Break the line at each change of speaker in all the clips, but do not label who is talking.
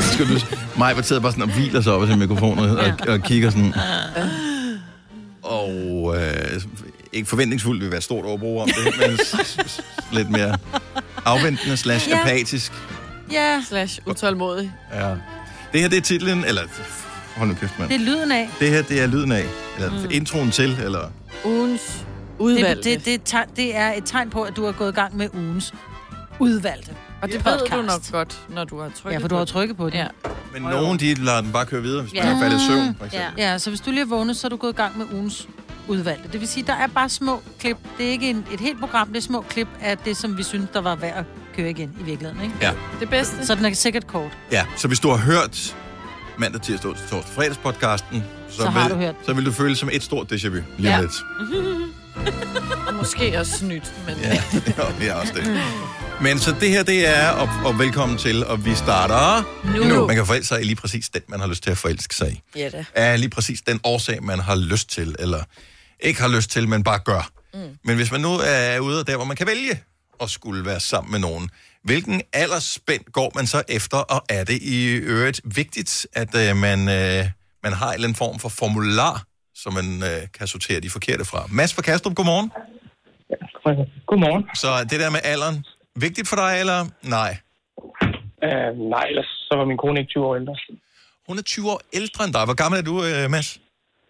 skal du... Mig var sidder bare sådan og hviler sig op af sin mikrofon og, og, og kigger sådan... Og øh, ikke forventningsfuldt vil være et stort overbrug om det, men s- s- lidt mere afventende slash
Ja.
apatisk.
Ja,
Slash utålmodig.
Ja. Det her, det er titlen, eller... Hold nu kæft, mand.
det er lyden af.
Det her, det er lyden af, eller mm. introen til, eller...
Ugens
Det,
udvalgte.
det, det, er tegn- det er et tegn på, at du har gået i gang med ugens udvalgte.
og det ved
podcast.
du nok godt, når du har trykket
Ja, for du har
på
trykket på det.
Ja.
Men nogen, de lader den bare køre videre, hvis man
Ja.
er faldet i søvn, for
Ja.
eksempel.
Ja, så hvis du lige er vågnet, så er du gået i gang med ugens udvalgte. Det vil sige, der er bare små klip. Det er ikke en, et helt program, det er små klip af det, som vi synes, der var værd at køre igen i virkeligheden. Ikke?
Ja.
det. Det bedste.
Så den er sikkert kort.
Ja, så hvis du har hørt mandag, tirsdag, onsdag, torsdag, fredagspodcasten, så,
Så har du hørt
så vil du føle som et stort déjà vu lige ja.
Ja.
lidt.
Og måske også snydt, men ja.
Ja, det er også det. Men så det her, det er, og, og velkommen til, og vi starter
Nu.
Man kan forelske sig i lige præcis den, man har lyst til at forelske sig i.
Ja da.
Af lige præcis den årsag, man har lyst til, eller ikke har lyst til, men bare gør. Mm. Men hvis man nu er ude der, hvor man kan vælge at skulle være sammen med nogen, hvilken aldersspænd går man så efter, og er det i øvrigt vigtigt, at øh, man, øh, man har en eller anden form for formular, så man øh, kan sortere de forkerte fra? Mads fra Kastrup, godmorgen.
Godmorgen.
Så det der med alderen, vigtigt for dig, eller nej?
Uh, nej, ellers så var min kone ikke 20 år ældre.
Hun er 20 år ældre end dig. Hvor gammel er du, øh, Mads?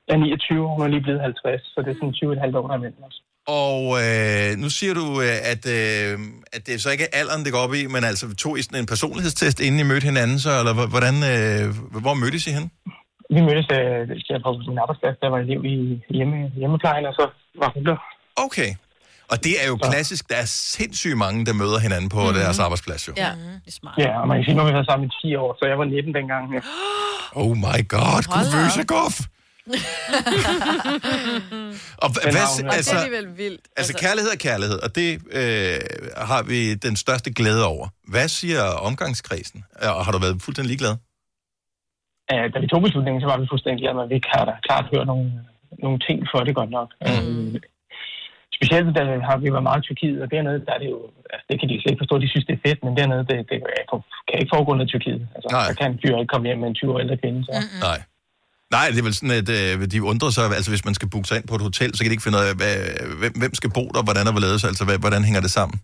Jeg er 29, hun er lige blevet 50, så det er sådan 20 et halvt år, der er mellem os.
Og øh, nu siger du, øh, at, øh, at det så ikke er alderen, det går op i, men altså tog I sådan en personlighedstest, inden I mødte hinanden, så, eller hv- hvordan, øh, hvor mødtes I hen?
Vi mødtes øh, jeg på min arbejdsplads, der var elev i hjemme, hjemmeplejen, og så var hun der.
Okay. Og det er jo klassisk, der er sindssygt mange, der møder hinanden på mm-hmm. deres arbejdsplads. Jo.
Mhm. ja.
Det er smart.
Ja, og man kan sige, nu har vi været sammen i 10 år, så jeg var 19 dengang. Ja.
Oh my god,
Hold da
Gud
op.
Vøsegoff! og hva-
Men
hvad,
Og
navnet er-
det er
altså,
alligevel vildt.
altså, kærlighed er kærlighed, og det øh, har vi den største glæde over. Hvad siger omgangskredsen? Og har du været fuldstændig ligeglad?
Øh, da vi tog beslutningen, så var vi fuldstændig glade, med, at vi ikke har da klart hørt nogle, nogle ting for det godt nok. Mm. Specielt da har vi været meget i Tyrkiet, og dernede, der er det jo, altså, det kan de slet ikke forstå, de synes, det er fedt, men dernede, det, det kan ikke foregå noget i Tyrkiet. Altså,
Nej.
der kan en fyr ikke komme hjem med en 20 år ældre kvinde, så...
Mm. Nej. Nej, det er vel sådan, at øh, de undrer sig, altså hvis man skal booke sig ind på et hotel, så kan de ikke finde ud af, hvad, hvem, hvem skal bo der, hvordan er hvorledes, altså hvad, hvordan hænger det sammen?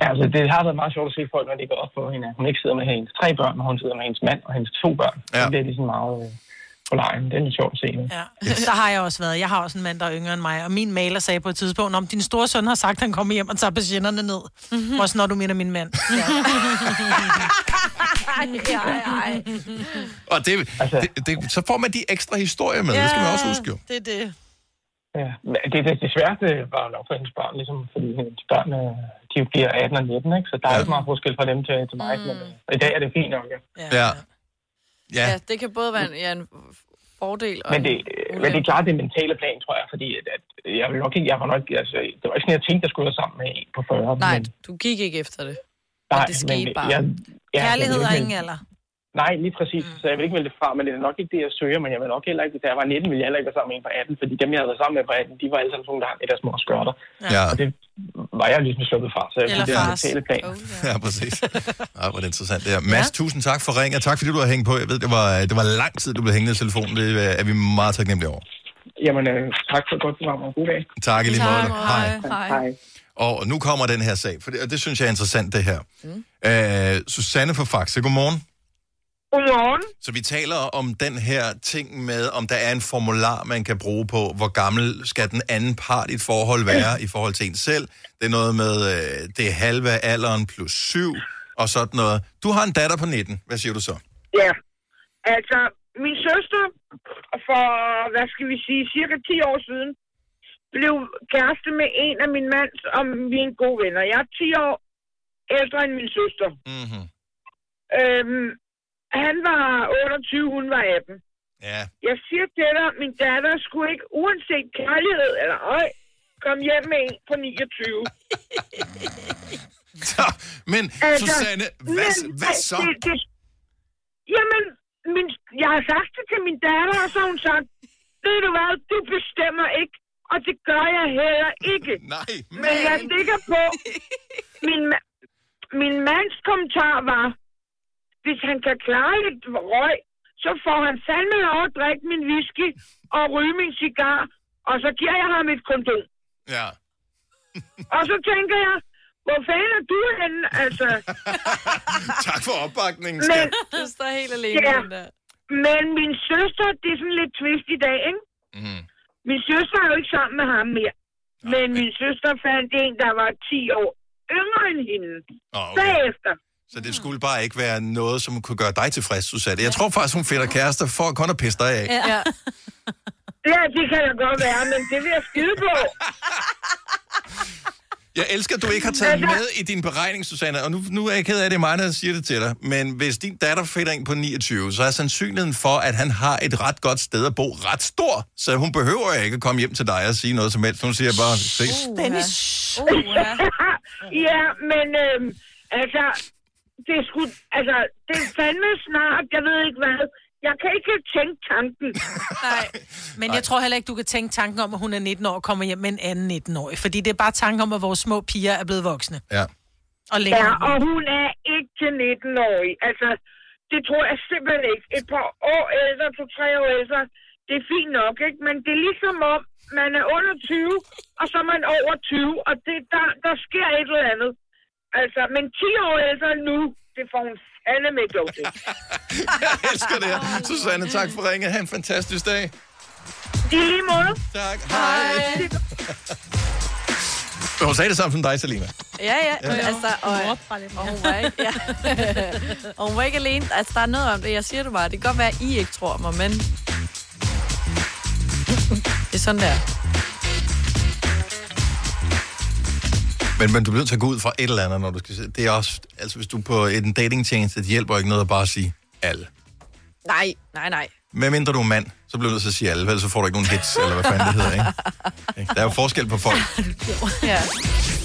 Ja, altså, det har været meget sjovt at se folk, når de går op på hende. at Hun ikke sidder med hendes tre børn, men hun sidder med hendes mand og hendes to børn.
Ja.
Ja. Det er ligesom meget øh, på lejen. Det er lidt sjovt at se. Ja.
Ja, der har jeg også været. Jeg har også en mand, der er yngre end mig, og min maler sagde på et tidspunkt, om din store søn har sagt, at han kommer hjem og tager patienterne ned. Mm-hmm. Også når du mener min mand.
Og det,
Altså-
det, det, så får man de ekstra historier med, ja. det skal man også huske jo.
Det er det.
Ja. Men Det, det, det sværeste var jo nok for hendes børn, ligesom, fordi hendes børn, øh, de bliver 18 og 19, ikke? så der er
Ja.
ikke meget forskel fra dem til, til mig. Mm. Men øh, i dag er det fint nok, ja.
Ja.
Ja.
Ja,
ja, det kan både være en, ja, en fordel og
Men det,
en
øh, men
ulempe.
det er klart det mentale plan, tror jeg, fordi at, at jeg, vil nok ikke, jeg var nok, altså, det var ikke sådan, jeg tænkte, jeg skulle være sammen med en på 40.
Nej,
men,
du gik ikke efter det.
nej,
det skete bare.
Jeg, ja,
Kærlighed
jeg-
er ingen alder.
Nej, lige præcis. Så jeg vil ikke melde det fra, men det er nok ikke det, jeg søger. Men jeg vil nok heller ikke, da jeg var 19, ville jeg heller ikke være sammen med en på 18, fordi dem, jeg havde været sammen med på 18, de var alle sammen sådan nogle, der hang i deres mors skørter.
ja,
Og det var jeg ligesom sluppet fra, så jeg
Eller
synes, det er en
fars.
mentale plan.
Oh, ja.
ja præcis. Ej, hvor er det interessant det her. Mads, ja. tusind tak for ringen, og tak fordi du har hængt på. Jeg ved, det var, øh, det var lang tid, du blev hængende i telefonen, det øh, er vi meget taknemmelige over.
Jamen, øh, tak for et godt program, og god dag.
Tak i lige måde.
Hej. Hej.
Hej.
Og nu kommer den her sag, for det, og det synes jeg er interessant, det her. Mm. Øh, Susanne fra Faxe, godmorgen.
Godmorgen.
Så vi taler om den her ting med, om der er en formular, man kan bruge på, hvor gammel skal den anden part i et forhold være i forhold til en selv. Det er noget med øh, det er halve af alderen plus syv og sådan noget. Du har en datter på 19. Hvad siger du så?
Ja. Altså, min søster for, hvad skal vi sige, cirka 10 år siden, blev kæreste med en af min mands, og vi er en god venner. Jeg er 10 år ældre end min søster.
Mm-hmm.
Øhm, han var 28, hun var 18.
Ja,
Jeg siger til dig, min datter skulle ikke, uanset kærlighed eller øj, komme hjem med en på 29.
så, men
Altså,
Susanne, hvad,
Men,
hvad
øh,
så?
Det, det, jamen, min, jeg har sagt det til min datter, og så har hun sagt, ved du hvad, du bestemmer ikke, og det gør jeg heller ikke.
Nej,
Men jeg er
men...
sikker på, min, ma- min mands kommentar var, hvis han kan klare lidt røg, så får han fandme lov at drikke min whisky og ryge min cigar, og så giver jeg ham et kondom.
Ja.
Og så tænker jeg, hvor fanden er du henne? Altså,
Tak for opbakningen,
men,
skat.
Du står helt alene
Ja.
den der.
men min søster, det er sådan lidt twist i dag, ikke?
Mm.
Min søster er jo ikke sammen med ham mere. Men min søster fandt en, der var 10 år yngre end hende.
Oh, okay.
Bagefter.
Så det skulle bare ikke være noget, som kunne gøre dig tilfreds, Susanne. Jeg tror faktisk, hun finder kærester for kun at pisse dig af.
Ja.
Ja.
Ja, det kan jeg godt være, men det vil jeg skide på.
Jeg elsker, at du ikke har taget med i din beregning, Susanne. Og nu, nu er jeg ked af, at det er mig, der siger det til dig. Men hvis din datter finder ind på 29, så er sandsynligheden for, at han har et ret godt sted at bo ret stor. Så hun behøver ikke at komme hjem til dig og sige noget som helst. Hun siger bare, ses.
Dennis.
Uh, ja.
ja, men øhm, altså, det skulle, altså, det er fandme snart, jeg ved ikke hvad. Jeg kan ikke tænke tanken.
Nej. Men jeg tror heller ikke, du kan tænke tanken om, at hun er 19 år og kommer hjem med en anden 19-årig. Fordi det er bare tanken om, at vores små piger er blevet voksne.
Ja.
Og længere.
Ja, og hun er ikke til 19-årig. Altså, det tror jeg simpelthen ikke. Et par år ældre, to-tre år ældre, det er fint nok, ikke? Men det er ligesom om, man er under 20, og så er man over 20, og det, der, der sker et eller andet. Altså, men 10 år ældre nu, det får hun fandeme ikke lov til.
Jeg elsker det her. Susanne, tak for ringet. Ha' en fantastisk dag.
I lige måde.
Tak. Hej. Hun sagde det samme som dig, Selina.
Ja, ja. Men altså, og, og hun var ikke, ja. og hun var ikke alene. Altså, der er noget om det. Jeg siger det bare. Det kan godt være, at I ikke tror mig, men... Det er sådan der.
Men, men du bliver nødt til at gå ud fra et eller andet, når du skal se. Det er også, altså hvis du er på en datingtjeneste, det hjælper ikke noget at bare sige alle.
Nej, nej, nej.
Hvad mindre du er mand, så bliver du nødt til at sige alle, ellers så får du ikke nogen hits, eller hvad fanden det hedder, ikke? Ikke? Der er jo forskel på folk.
Ja.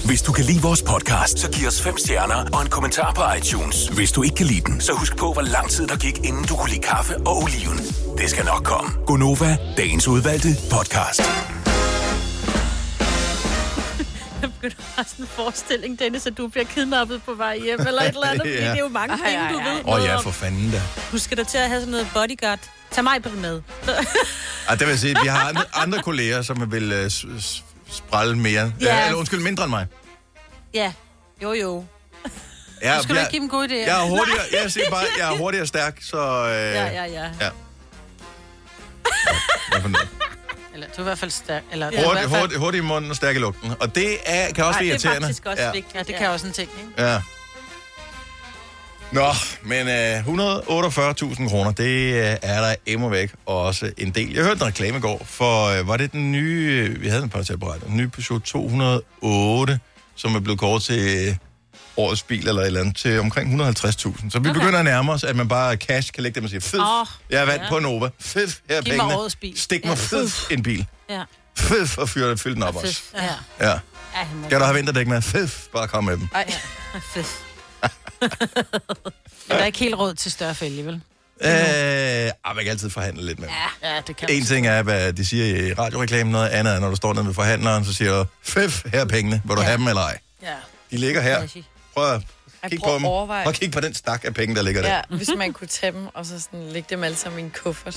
Hvis du kan lide vores podcast, så giv os fem stjerner og en kommentar på iTunes. Hvis du ikke kan lide den, så husk på, hvor lang tid der gik, inden du kunne lide kaffe og oliven. Det skal nok komme. Gonova, dagens udvalgte podcast.
Jeg begynder at have sådan en forestilling, Dennis, at du bliver kidnappet på vej hjem, eller et eller andet, fordi
Ja.
det er jo mange
Ej,
penge,
ej,
du
ej.
ved
Åh oh,
noget
ja,
om.
for fanden da.
Du skal da til at have sådan noget bodyguard. Tag mig på det med.
Ah, det vil jeg sige, vi har andre, andre kolleger, som vil øh, s- s- sprælle mere.
Ja.
Ja. Eller undskyld, mindre end mig.
ja, jo jo.
Ja,
Du skal du ikke give dem gode idéer.
jeg er hurtigere, jeg siger bare, jeg er hurtigere og stærk, så... Øh,
Ja, ja, ja.
ja. Hvad for noget?
Eller du er i hvert fald stærk. Eller, du er i
Hurtig,
hvert fald-
hurtig, hurtig i munden og stærk i lugten. Og det er, kan også
Ej,
blive
det er
irriterende.
faktisk også
ja.
ja. vigtigt. Ja, det kan også en ting, ikke?
Ja. Nå, men øh, 148.000 kroner, det øh, er der emmer væk, og også en del. Jeg hørte en reklame i går, for øh, var det den nye, øh, vi havde en par til at berette, den nye Peugeot 208, som er blevet kåret til øh, årets bil eller et eller andet, til omkring 150.000. Så vi okay. begynder at nærme os, at man bare cash kan lægge dem og sige, fed, oh,
Åh,
jeg vandt
ja.
på Nova, fed, her er
Giv mig
pengene,
årets bil."
stik mig
Ja.
fed en bil,
Ja.
fed og fyr, fyld den op også.
Fedt. Ja.
Ja.
Ja, han må-
Skal du have vinterdæk med? Fed, bare kom med dem.
Ej.
Fedt. Men der er ikke helt råd til større fælge, vel?
Øh, ah, man kan altid forhandle lidt med dem.
Ja, det kan
En ting er, hvad de siger i radioreklamen, noget andet er, når du står nede ved forhandleren, så siger du, fef, her er pengene, vil du ja. have dem eller ej?
Ja.
De ligger her.
Flashy.
Prøv at
Ej,
kigge
prøv
på
at
dem.
overveje.
Prøv at kigge på den stak af penge, der ligger der.
ja, hvis man kunne tage dem, og så sådan lægge dem alle sammen i en kuffert.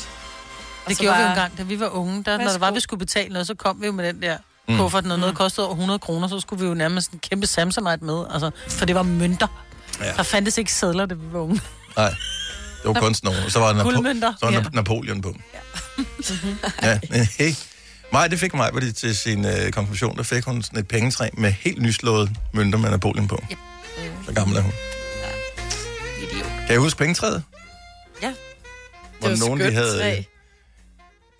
Og
Det
så
gjorde vi jo
bare-
engang, da vi var unge. Der, når
Værsgo.
det var, vi skulle betale noget, så kom vi jo med den der
Mm.
kuffert. Når noget kostede over 100 kroner, så skulle vi jo nærmest en kæmpe samsamite med. Altså, for det var mønter.
Ja.
Ja. Der fandtes ikke sædler, da vi var unge.
Nej, det var kunst nogen. Så var der, Napo-
Guldmønter.
så var der
Ja.
Napoleon på. Ja. ja. Hey. Mig, det fik mig fordi til sin øh, konfirmation. Der fik hun sådan et pengetræ med helt nyslået mønter med Napoleon på. Ja. Så gammel er hun.
Idiot.
Kan I huske pengetræet?
Ja.
Hvor
Det var
nogen, de
skønt
havde...
træ.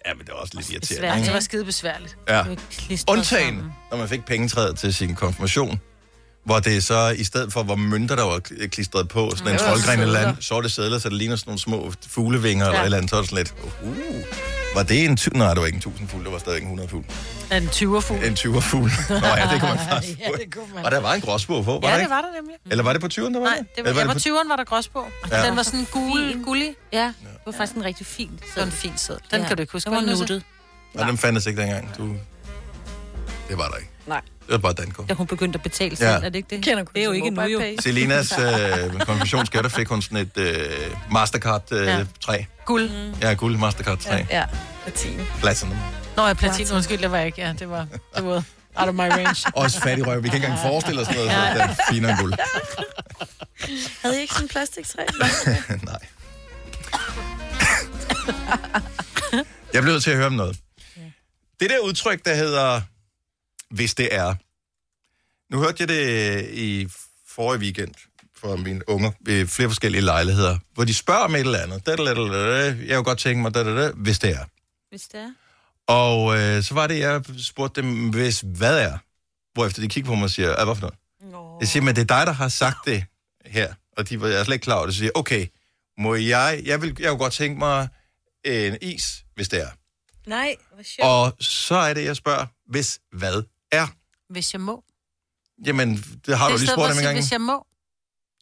Ja, men det var også lidt irriterende.
Svært.
ikke?
Det var skide besværligt.
Ja.
Det var klistret
Undtagen,
sammen.
når man fik pengetræet til sin konfirmation, hvor det så, i stedet for, hvor mønter der var kl- klistret på, sådan en
det var
troldgren eller
sedler.
andet, så var det sædler, så det ligner sådan nogle små fuglevinger ja. eller et eller andet, så var det sådan lidt, uh, var det en ty- Nej, det var ikke en 1000 fugl, det var stadig en 100 fugl.
Af en 20'er fugl.
En 20'er fugl. Nå ja, det kunne man faktisk
Ja,
få.
det kunne man.
Og der var en gråsbog på, var
Ja,
der
det
ikke?
var der nemlig.
Eller var det på 20'eren, der var
Nej, det var,
Eller
jeg var
på-
20'eren, var der gråsbog.
Ja.
Ja. Den var sådan gul, gullig.
Ja, det var faktisk en rigtig fin.
Det var en fin sæd. Den
Ja.
kan du ikke huske.
Den var
vel, Nusse?
nuttet.
Nej, den fandtes ikke dengang. Du det var der ikke.
Nej.
Det var bare Danko.
Da hun begyndte at betale selv,
Ja.
er det ikke det?
Kender kun
det er jo
sin
ikke nu
mobile
jo.
pay.
Selinas øh, konfirmationsgave, der fik hun sådan et øh, Mastercard-træ. Øh,
Ja.
ja.
Guld. Mm.
ja, guld Mastercard-træ. Ja.
Ja, platin.
Platinum.
Nå, jeg platin, undskyld, det var jeg ikke. Ja, det var, det var out of my range.
Også fattig røv. Vi kan ikke engang forestille os noget, så det er finere end guld.
Havde I ikke sådan en plastiktræ?
Nej. Jeg bliver nødt til at høre om noget. Det der udtryk, der hedder, hvis det er. Nu hørte jeg det øh, i forrige weekend fra mine unger ved flere forskellige lejligheder, hvor de spørger om et eller andet. Da, da, da, da, da. Jeg kunne godt tænke mig, da, da, da, hvis det er.
Hvis det er.
Og øh, så var det, jeg spurgte dem, hvis hvad er. Hvorefter de kiggede på mig og siger, "Ah, hvad for noget?
Nå.
Jeg siger, men det er dig, der har sagt det her. Og de var jeg er slet ikke klar over det. Så siger jeg, okay, må jeg, jeg vil, jeg kunne godt tænke mig en is, hvis det er.
Nej, hvor sjovt.
Og så er det, jeg spørger, hvis hvad er?
Hvis jeg må.
Jamen, det har
Det
du lige
er stedet for
spurgt om
at
en
sige,
gang.
hvis jeg må.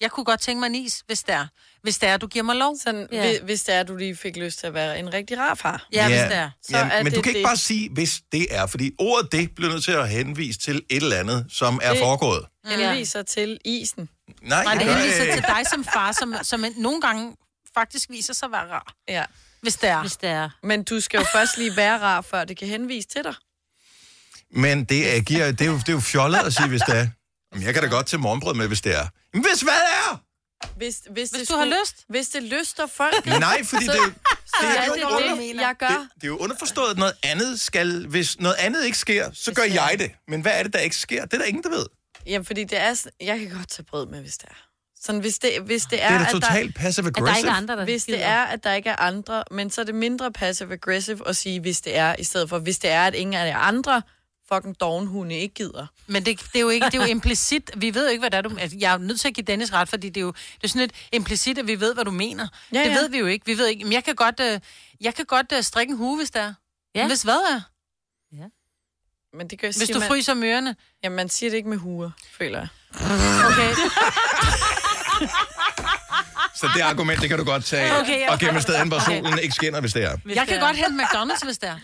Jeg kunne godt tænke mig en is, hvis det er. Hvis det er, du giver mig lov.
Sådan,
Ja.
ja. hvis, hvis det er, du lige fik lyst til at være en rigtig rar far.
Ja, hvis det er.
Så
Jamen,
er
men
det
du kan ikke
det.
bare sige, hvis det er, fordi ordet det bliver nødt til at henvise til et eller andet, som er
Det-
foregået.
Henviser til isen.
Nej,
Nej, det
gør
henviser
ikke.
til dig som far, som, som en- nogle gange faktisk viser sig at være rar.
Ja.
Hvis det er.
Hvis det er.
Men du skal jo først lige være rar, før det kan henvise til dig.
Men det, er, giver, det, er jo, det er jo fjollet at sige, hvis det er. Jamen, jeg kan da godt til morgenbrød med, hvis det er. Men hvis hvad er?
Hvis, hvis, hvis
du har lyst.
Hvis det lyster folk.
Nej, fordi det, det,
så
er
er
jo
det
under-
det, jeg
det,
gør.
det er jo underforstået, at noget andet skal... Hvis noget andet ikke sker, så gør jeg det. Men hvad er det, der ikke sker? Det er der ingen, der ved.
Jamen, fordi det er sådan, jeg kan godt tage brød med, hvis det er. Sådan, hvis det, hvis det er,
Det er da
at
totalt
At der er
passive-aggressive.
ikke andre, der
der, hvis det
gider.
er, at der ikke er andre, men så er det mindre passive-aggressive at sige, hvis det er, i stedet for, hvis det er, at ingen af de andre fucking dogenhunde ikke gider.
Men det, det, er jo ikke, det er jo implicit. Vi ved jo ikke, hvad det er, du... Altså, jeg er jo nødt til at give Dennis ret, fordi det er jo det er sådan lidt implicit, at vi ved, hvad du mener. Ja,
Ja,
det
ja.
ved vi jo ikke. Vi ved ikke. Men jeg kan godt, øh, jeg kan godt øh, strikke en hue, hvis det er. Ja.
Ja.
Hvis hvad er?
Men det gør,
Hvis
siger
du
man,
fryser om ørerne.
Jamen, man siger det ikke med huer, føler jeg.
Okay.
Så det argument, det kan du godt tage.
Okay,
Okay,
ja.
og gemme et sted hen, hvor solen ikke skinner, hvis det er.
Jeg kan godt hente McDonald's, hvis det er.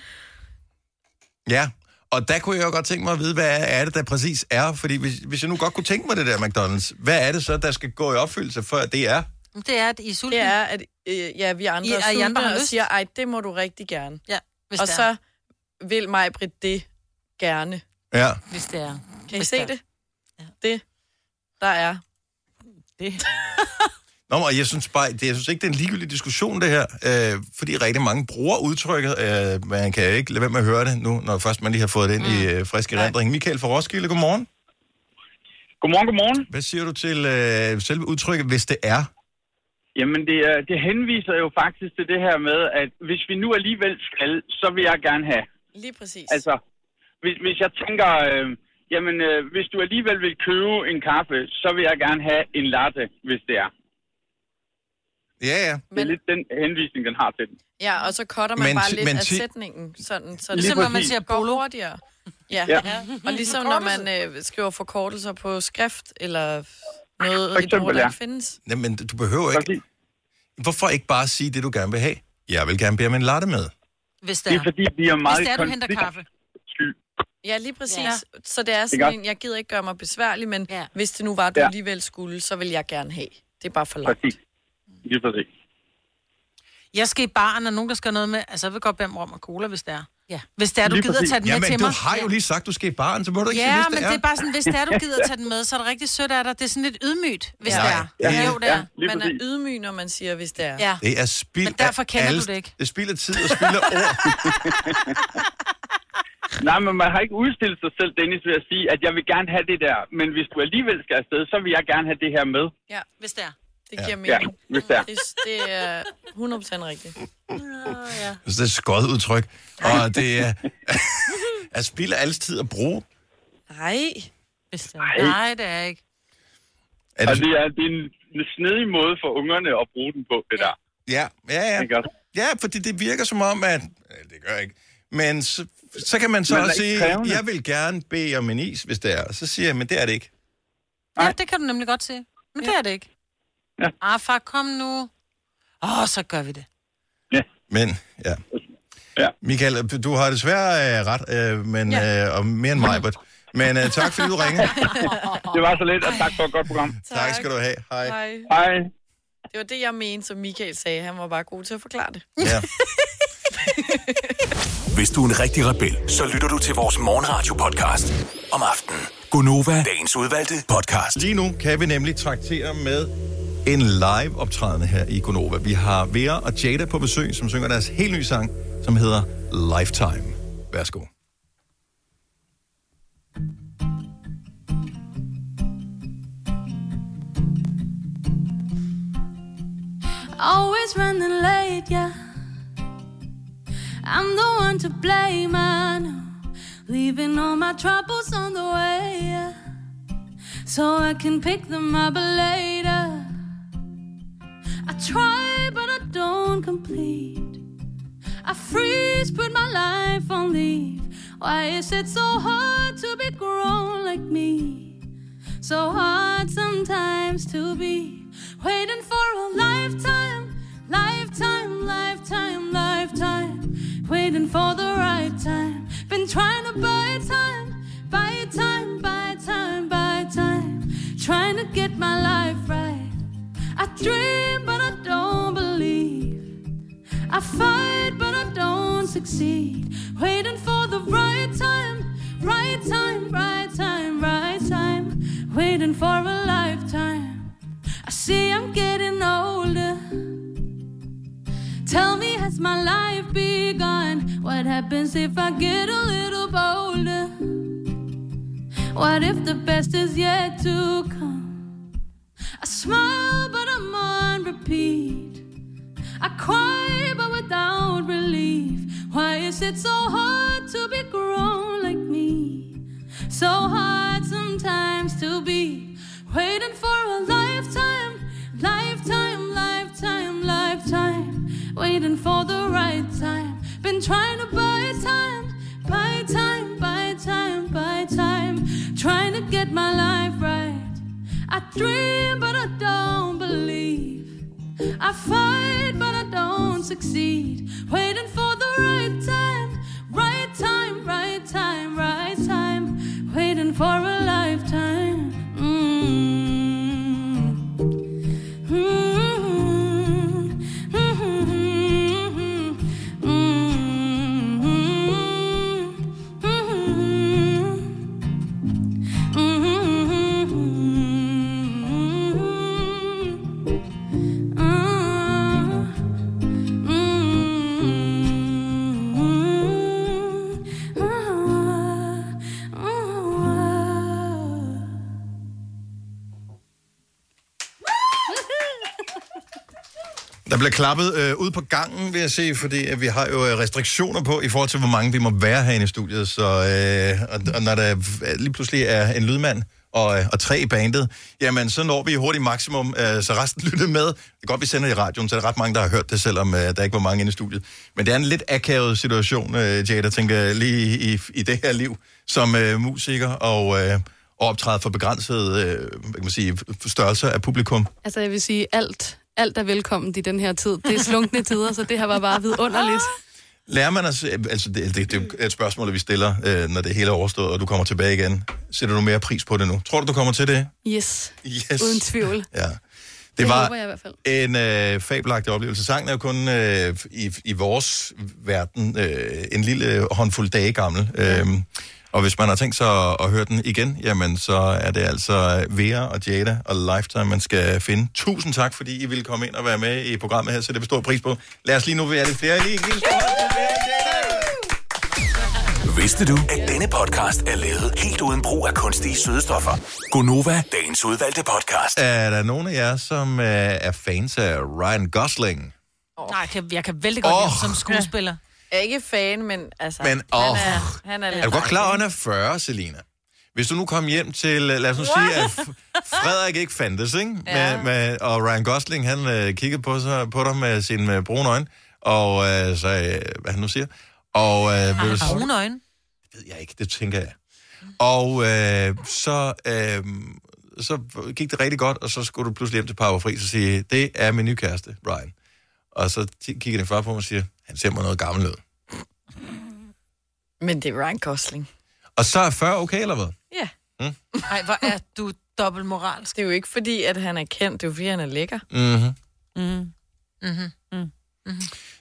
Ja, og der kunne jeg jo godt tænke mig at vide, hvad er det, der præcis er? Fordi hvis, hvis jeg nu godt kunne tænke mig det der McDonald's, hvad er det så, der skal gå i opfyldelse, før det er?
Men Det er, at I er sultne.
Det er, at øh, ja, vi andre
I-
er
og I andre har
sultne og
lyst.
siger, ej, det må du rigtig gerne.
Ja, hvis
og
det
så
er.
vil mig, Britt, det gerne.
Ja.
Hvis det er.
Kan I
Hvis
se
der-
det? Det, der er.
Nå, men jeg synes bare, det, jeg synes ikke, det er en ligegyldig diskussion, det her. Øh, fordi rigtig mange bruger udtrykket. Øh, man kan ikke lade være med at høre det nu, når først man lige har fået det ind mm. i øh, frisk erindring. Michael fra Roskilde, godmorgen.
Godmorgen, godmorgen.
Hvad siger du til øh, selve udtrykket, hvis det er?
Jamen, det, er- det henviser jo faktisk til det her med, at hvis vi nu alligevel skal, så vil jeg gerne have.
Lige præcis.
Altså, hvis, hvis jeg tænker, øh, jamen, øh, hvis du alligevel vil købe en kaffe, så vil jeg gerne have en latte, hvis det er.
Ja, ja.
Det er
Men-
lidt den henvisning, den har til den.
Ja, og så cutter man
Men
men, bare
ti-
lidt
men
af
ti-
sætningen, sådan, så det
Lige
Ligesom når man
præcis.
siger
går
polo.
hurtigere. Ja.
Ja.
ja. Og ligesom når man øh, skriver forkortelser på skrift, eller noget,
For
et ord,
eksempel,
der
ja.
ikke findes.
Nej, men du behøver ikke...
Fordi-
Hvorfor ikke bare sige det, du gerne vil have? Jeg vil gerne bede om en latte med.
Hvis det
Det
er.
er fordi, vi er meget
Hvis det er, du henter kaffe.
konfliktsky.
Ja, lige præcis.
Ja.
Ja. Så det er
Ikke
sådan
også?
en, jeg gider ikke gøre mig besværlig, men
Ja.
ja. hvis det nu var, du ja.
Ja.
alligevel skulle, så vil jeg gerne have. Det er bare for langt.
Præcis. Lige præcis.
Jeg skal i baren, og nogen, der skal have noget med. Altså, jeg vil godt bede om rom og cola, hvis det er. Ja. Hvis det er, du
Lige
gider at
præcis.
tage den med
Jamen,
til
du
mig.
har jo lige sagt, du skal i baren, så må du ikke sige,
Ja,
hvis
men
det
det er
er.
bare sådan, hvis det er, du gider at tage den med, så er det rigtig sødt af dig. Det er sådan lidt ydmygt, hvis
Ja.
det er.
Ja.
Jo, det er.
Lige
Man er
præcis.
ydmyg, når man siger, hvis det er.
Ja.
Det er spild
Men derfor
af
kender
alle-
du det ikke.
Det spilder tid og spilder ord.
Nej, men man har ikke udstillet sig selv, Dennis, ved at sige, at jeg vil gerne have det der, men hvis du alligevel skal afsted, så vil jeg gerne have det her med.
ja.
Hvis det er.
Det giver
Ja,
mening.
hvis det er.
Det, det er 100% rigtigt.
Så det er et skødt udtryk. Og det er, er spild af alles tid at bruge.
Nej.
Hvis det er.
Nej, det er ikke.
Er
Og
det,
det er, det er en en snedig måde for ungerne at bruge den på, det der.
ja, ja, ja.
Ikke også?
Ja, fordi det virker som om, at... Ja, det gør jeg ikke. Men så, så kan man så
Men er
også
ikke
sige,
krævende.
jeg vil gerne bede om en is, hvis det er. Så siger jeg, men det er det ikke.
Ja, det kan du nemlig godt se. Men det er det ikke.
Ja.
Ah, far, kom nu. Åh, så gør vi det.
Men, ja.
Ja.
Michael, du har desværre øh, ret, øh, men, øh, og mere end mig, but. men øh, tak fordi du ringede.
Det var så lidt, og tak for et godt program.
tak skal du have. Hej.
Hej.
Hej.
Det var det, jeg mente, som Michael sagde. Han var bare god til at forklare det.
Ja.
Hvis du er en rigtig rebel, så lytter du til vores morgenradio-podcast om aftenen. Gunova, dagens udvalgte podcast.
Lige nu kan vi nemlig traktere med en live optræden her i Gonova. Vi har Vera og Jada på besøg, som synger deres helt nye sang, som hedder Lifetime. Værsgo.
Always running late, yeah. I'm the one to blame, I know. Leaving all my troubles on the way, yeah. So I can pick them up later. I try, but I don't complete. I freeze, put my life on leave. Why is it so hard to be grown like me? So hard sometimes to be waiting for a lifetime, lifetime, lifetime, lifetime. Waiting for the right time. Been trying to buy time, buy time, buy time, buy time. Trying to get my life right. I dream, but I don't believe. I fight, but I don't succeed. Waiting for the right time, right time, right time, right time. Waiting for a lifetime. I see I'm getting older. Tell me, has my life begun? What happens if I get a little bolder? What if the best is yet to come? I smile, but I'm on repeat. I cry, but without relief. Why is it so hard to be grown like me? So hard sometimes to be waiting for a lifetime, lifetime, lifetime, lifetime, waiting for the right time. Been trying to buy time, buy time, buy time, buy time, trying to get my life right. I dream, but I don't believe. I fight, but I don't succeed. Waiting for the right time, right time, right time, right time. Waiting for a lifetime. Mm. Mm. Mm. Mm. Mm.
Der bliver klappet øh, ud på gangen, vil jeg se, fordi at vi har jo øh, restriktioner på, i forhold til, hvor mange vi må være herinde i studiet. Så, øh, og, og når der øh, lige pludselig er en lydmand og, øh, og tre i bandet, jamen så når vi hurtigt maksimum, øh, så resten lytter med. Det er godt, vi sender det i radioen, så er der ret mange, der har hørt det, selvom øh, der ikke var mange inde i studiet. Men det er en lidt akavet situation, øh, Jada, tænker jeg, lige i, i det her liv, som øh, musiker og, øh, og optræde for begrænset øh, hvad kan man sige, størrelse af publikum.
Altså, jeg vil sige, alt, alt er velkommen i den her tid. Det er slunkne tider, så det her var bare vidunderligt.
Lærer man os, altså det, det, det er et spørgsmål, vi stiller, øh, når det hele er overstået, og du kommer tilbage igen. Sætter du mere pris på det nu? Tror du, du kommer til det?
Yes,
Yes.
uden tvivl. Det,
Ja. Det
det var...
var
håber jeg i hvert fald.
en øh, fabelagtig oplevelse. Sangen er jo kun øh, i, i vores verden øh, en lille håndfuld dage gammel. Øh, og hvis man har tænkt sig at, at høre den igen, jamen så er det altså Vera og Jada og Lifetime, man skal finde. Tusind tak, fordi I ville komme ind og være med i programmet her, så det vil stor pris på. Lad os lige nu være lidt flere. Lige en lille stor hånd til Vera og Jada.
Vidste du, at denne podcast er lavet helt uden brug af kunstige sødestoffer? Gunova, dagens udvalgte podcast.
Er der nogen af jer, som øh, er fans af Ryan Gosling?
Nej, jeg kan, jeg kan vældig godt oh. lide
Åh.
ham som skuespiller.
Jeg er ikke fan, men altså...
Men,
han,
åh.
er, han er lidt...
Er du godt klar, over, at han er 40, Selina? Hvis du nu kom hjem til, øh, lad os nu sige, at F- Frederik ikke fandtes, ikke? Med, med, og Ryan Gosling, han øh, kiggede på, sig, på dig med sine øh, brune øjne, og øh, så, øh, hvad han nu siger, og øh, vil,
Har hun øjne?
ved jeg ikke, det tænker jeg. Og øh, så, øh, så gik det rigtig godt, og så skulle du pludselig hjem til Power Fri og sige, det er min nye kæreste, Ryan. Og så t- kigger din far på mig og siger, han ser mig noget gammel ud.
Men det er Ryan Gosling.
Og så er 40 okay, eller hvad?
Ja.
Ej, hvor er du dobbelt moralsk.
Det er jo ikke fordi, at han er kendt. Det er jo fordi, han er lækker.
Mm-hmm.
Mm.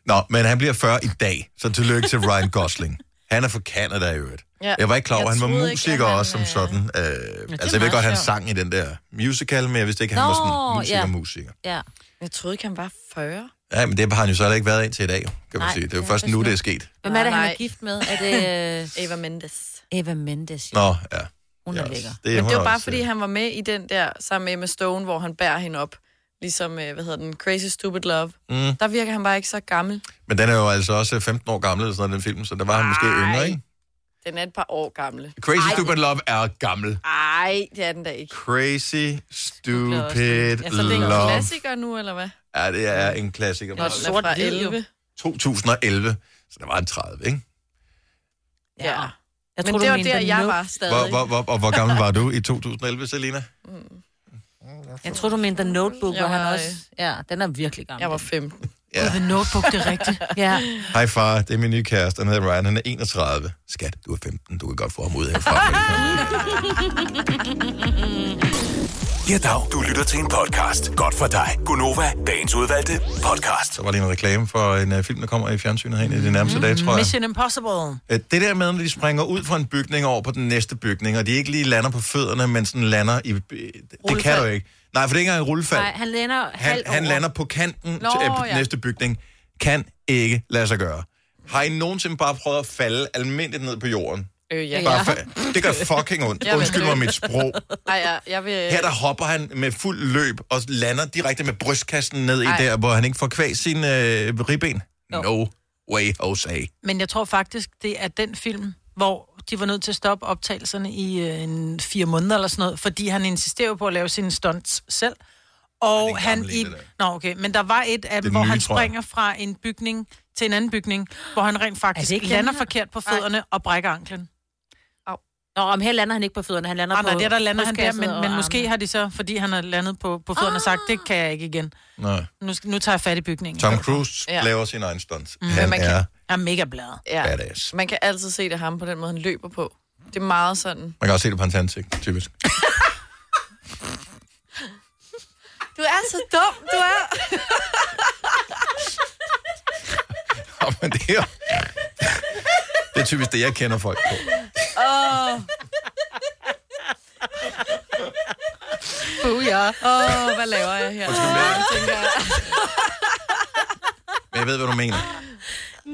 Nå, men han bliver 40 i dag, så tillykke til Ryan Gosling. Han er fra Canada i øvrigt.
Ja.
Jeg var ikke klar over,
Jeg
han var
troede ikke,
musiker
at han,
også som
øh,
sådan. Øh, altså, jeg ved
meget
godt, han
sjovt.
sang i den der musical, men jeg vidste ikke, at han
Nå,
var sådan
ja.
musiker-musiker.
Ja.
Jeg troede ikke, han var 40.
Ja. men det har han jo så heller ikke været indtil i dag, jo, kan man
Nej,
sige. Det er jo
det er
først nu,
vist
det er
nu.
sket.
Hvem
Nej,
er det, han
nej.
er gift med? Er det øh,
Eva Mendes.
Eva Mendes? jo?
Nå, ja.
Hun
ja,
er lækker.
Det,
Men
hun
det
er
var bare,
også,
fordi
øh,
han var med i den der sammen med Emma Stone, hvor han bærer hende op. Ligesom, øh, hvad hedder den, Crazy Stupid Love.
Mm.
Der virker han bare ikke så gammel.
Men den er jo altså også 15 år gammel, eller sådan noget, den film, så der var han måske yngre, ikke?
Den er et par år gammel.
Crazy Stupid Love er gammel.
Ej, det er den da ikke.
Crazy Stupid
Altså, det er en
Love.
klassiker nu, eller hvad?
Ja, det er en klassiker.
Nå, den er fra 11.
2011, så der var en 30, ikke?
Ja.
Jeg
Men
tror,
det
du
var
mente
der, jeg
Nope.
var stadig.
Hvor, hvor, hvor, og hvor gammel var du i 2011, Selina?
Jeg tror, du mente The Notebook,
Jeg
hvor han
var,
også...
øh,
Ja, den er virkelig gammel.
Jeg var 15.
Ja. The Notebook, det er rigtigt.
Ja.
Hej far, det er min nye kæreste, han hedder Ryan, han er 31. Skat, du er 15, du kan godt få ham ud herfra.
Ja, dag. Du lytter til en podcast. Godt for dig. Gunova, dagens udvalgte podcast.
Der var lige en reklame for en uh, film, der kommer i fjernsynet herinde i de nærmeste dage, tror jeg.
Mission Impossible.
Øh, Det der med, når de springer ud fra en bygning og over på den næste bygning, og de ikke lige lander på fødderne, men sådan lander i... øh, Det kan du ikke. Nej, for det er ikke engang et rullefald.
Nej, han lander
Han,
halvt
han
over.
lander på kanten Nå,
Nå,
til øh,
ja.
næste bygning. Kan ikke lade sig gøre. Har I nogensinde bare prøvet at falde almindeligt ned på jorden?
Øh, ja.
Bare fa- det gør fucking ondt.
Jeg ved
Undskyld
det.
mig mit sprog.
Ej, ja, jeg vil...
Her der hopper han med fuld løb og lander direkte med brystkassen ned i
Ej.
der, hvor han ikke får kvæg sin øh, ribben. No way, Jose.
Men jeg tror faktisk, det er den film, hvor de var nødt til at stoppe optagelserne i øh, en fire måneder eller sådan noget, fordi han insisterer jo på at lave sine stunts selv. Og
det er
ja, han
gammel
i...
en, det
Nå, okay. Men der var et af
Det er
dem, hvor
den
han
nye, tror jeg.
springer fra en bygning til en anden bygning, hvor han rent faktisk
Er det ikke
lander
den her?
forkert på fødderne Nej. og brækker anklen.
Nå, om her lander han ikke på fødderne. Han lander
Ah,
på
nej, det er der lander han der,
brystkassen
men,
og
men
armen.
måske har de så, fordi han har landet på, på fødderne, ah. sagt, det kan jeg ikke igen.
Nej.
Nu, skal- nu tager jeg fat i bygningen.
Tom Cruise ja.
Ja.
laver sin egen stunts. Mm. Han
man kan-
er
Jeg er mega bladet.
ja.
badass.
Man kan altid se det af ham på den måde, han løber på. Det er meget sådan.
Man kan også se det på hans ansigt, typisk.
Du er så dum, du er.
Nå, men det er, jo- det er typisk det, jeg kender folk på.
Buja. Åh, oh, hvad laver jeg her?
Undskyld, men- Men jeg ved, hvad du mener.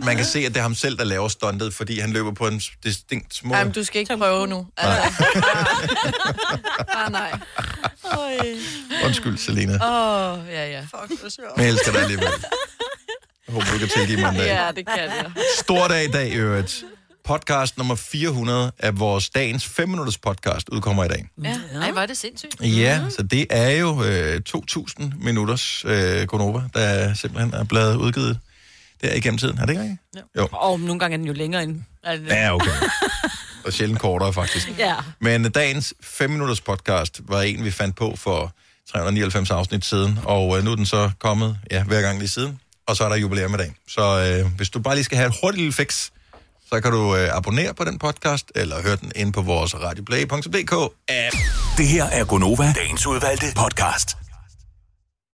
Man kan se, at det er ham selv, der laver stuntet, fordi han løber på en s- distinkt måde.
Jamen, du skal ikke prøve nu. Altså. ah, nej.
Undskyld, Selina.
Åh, oh, ja, ja.
Men jeg elsker dig alligevel. Jeg håber, du kan tilgive mig en dag.
Ja, det kan jeg.
Stor dag i dag, i øvrigt. Podcast nummer 400 af vores dagens 5-minutters podcast udkommer i dag.
Ja. Ej, var det sindssygt.
Ja,
Mhm.
så det er jo øh, 2.000 minutters øh, Gonova, der simpelthen er blevet udgivet der igennem tiden. Er det ikke rigtigt? Jo.
Og nogle gange er den jo længere end... Er det...
Ja, okay. Og sjældent kortere, faktisk.
Ja.
Men dagens 5 minutters podcast var en, vi fandt på for 399 afsnit siden, og øh, nu er den så kommet ja, hver gang lige siden, og så er der jubilæum i dag. Så øh, hvis du bare lige skal have et hurtigt lille fix, så kan du øh, abonnere på den podcast, eller høre den inde på vores radioplay.dk.
Det her er Gunova, dagens udvalgte podcast.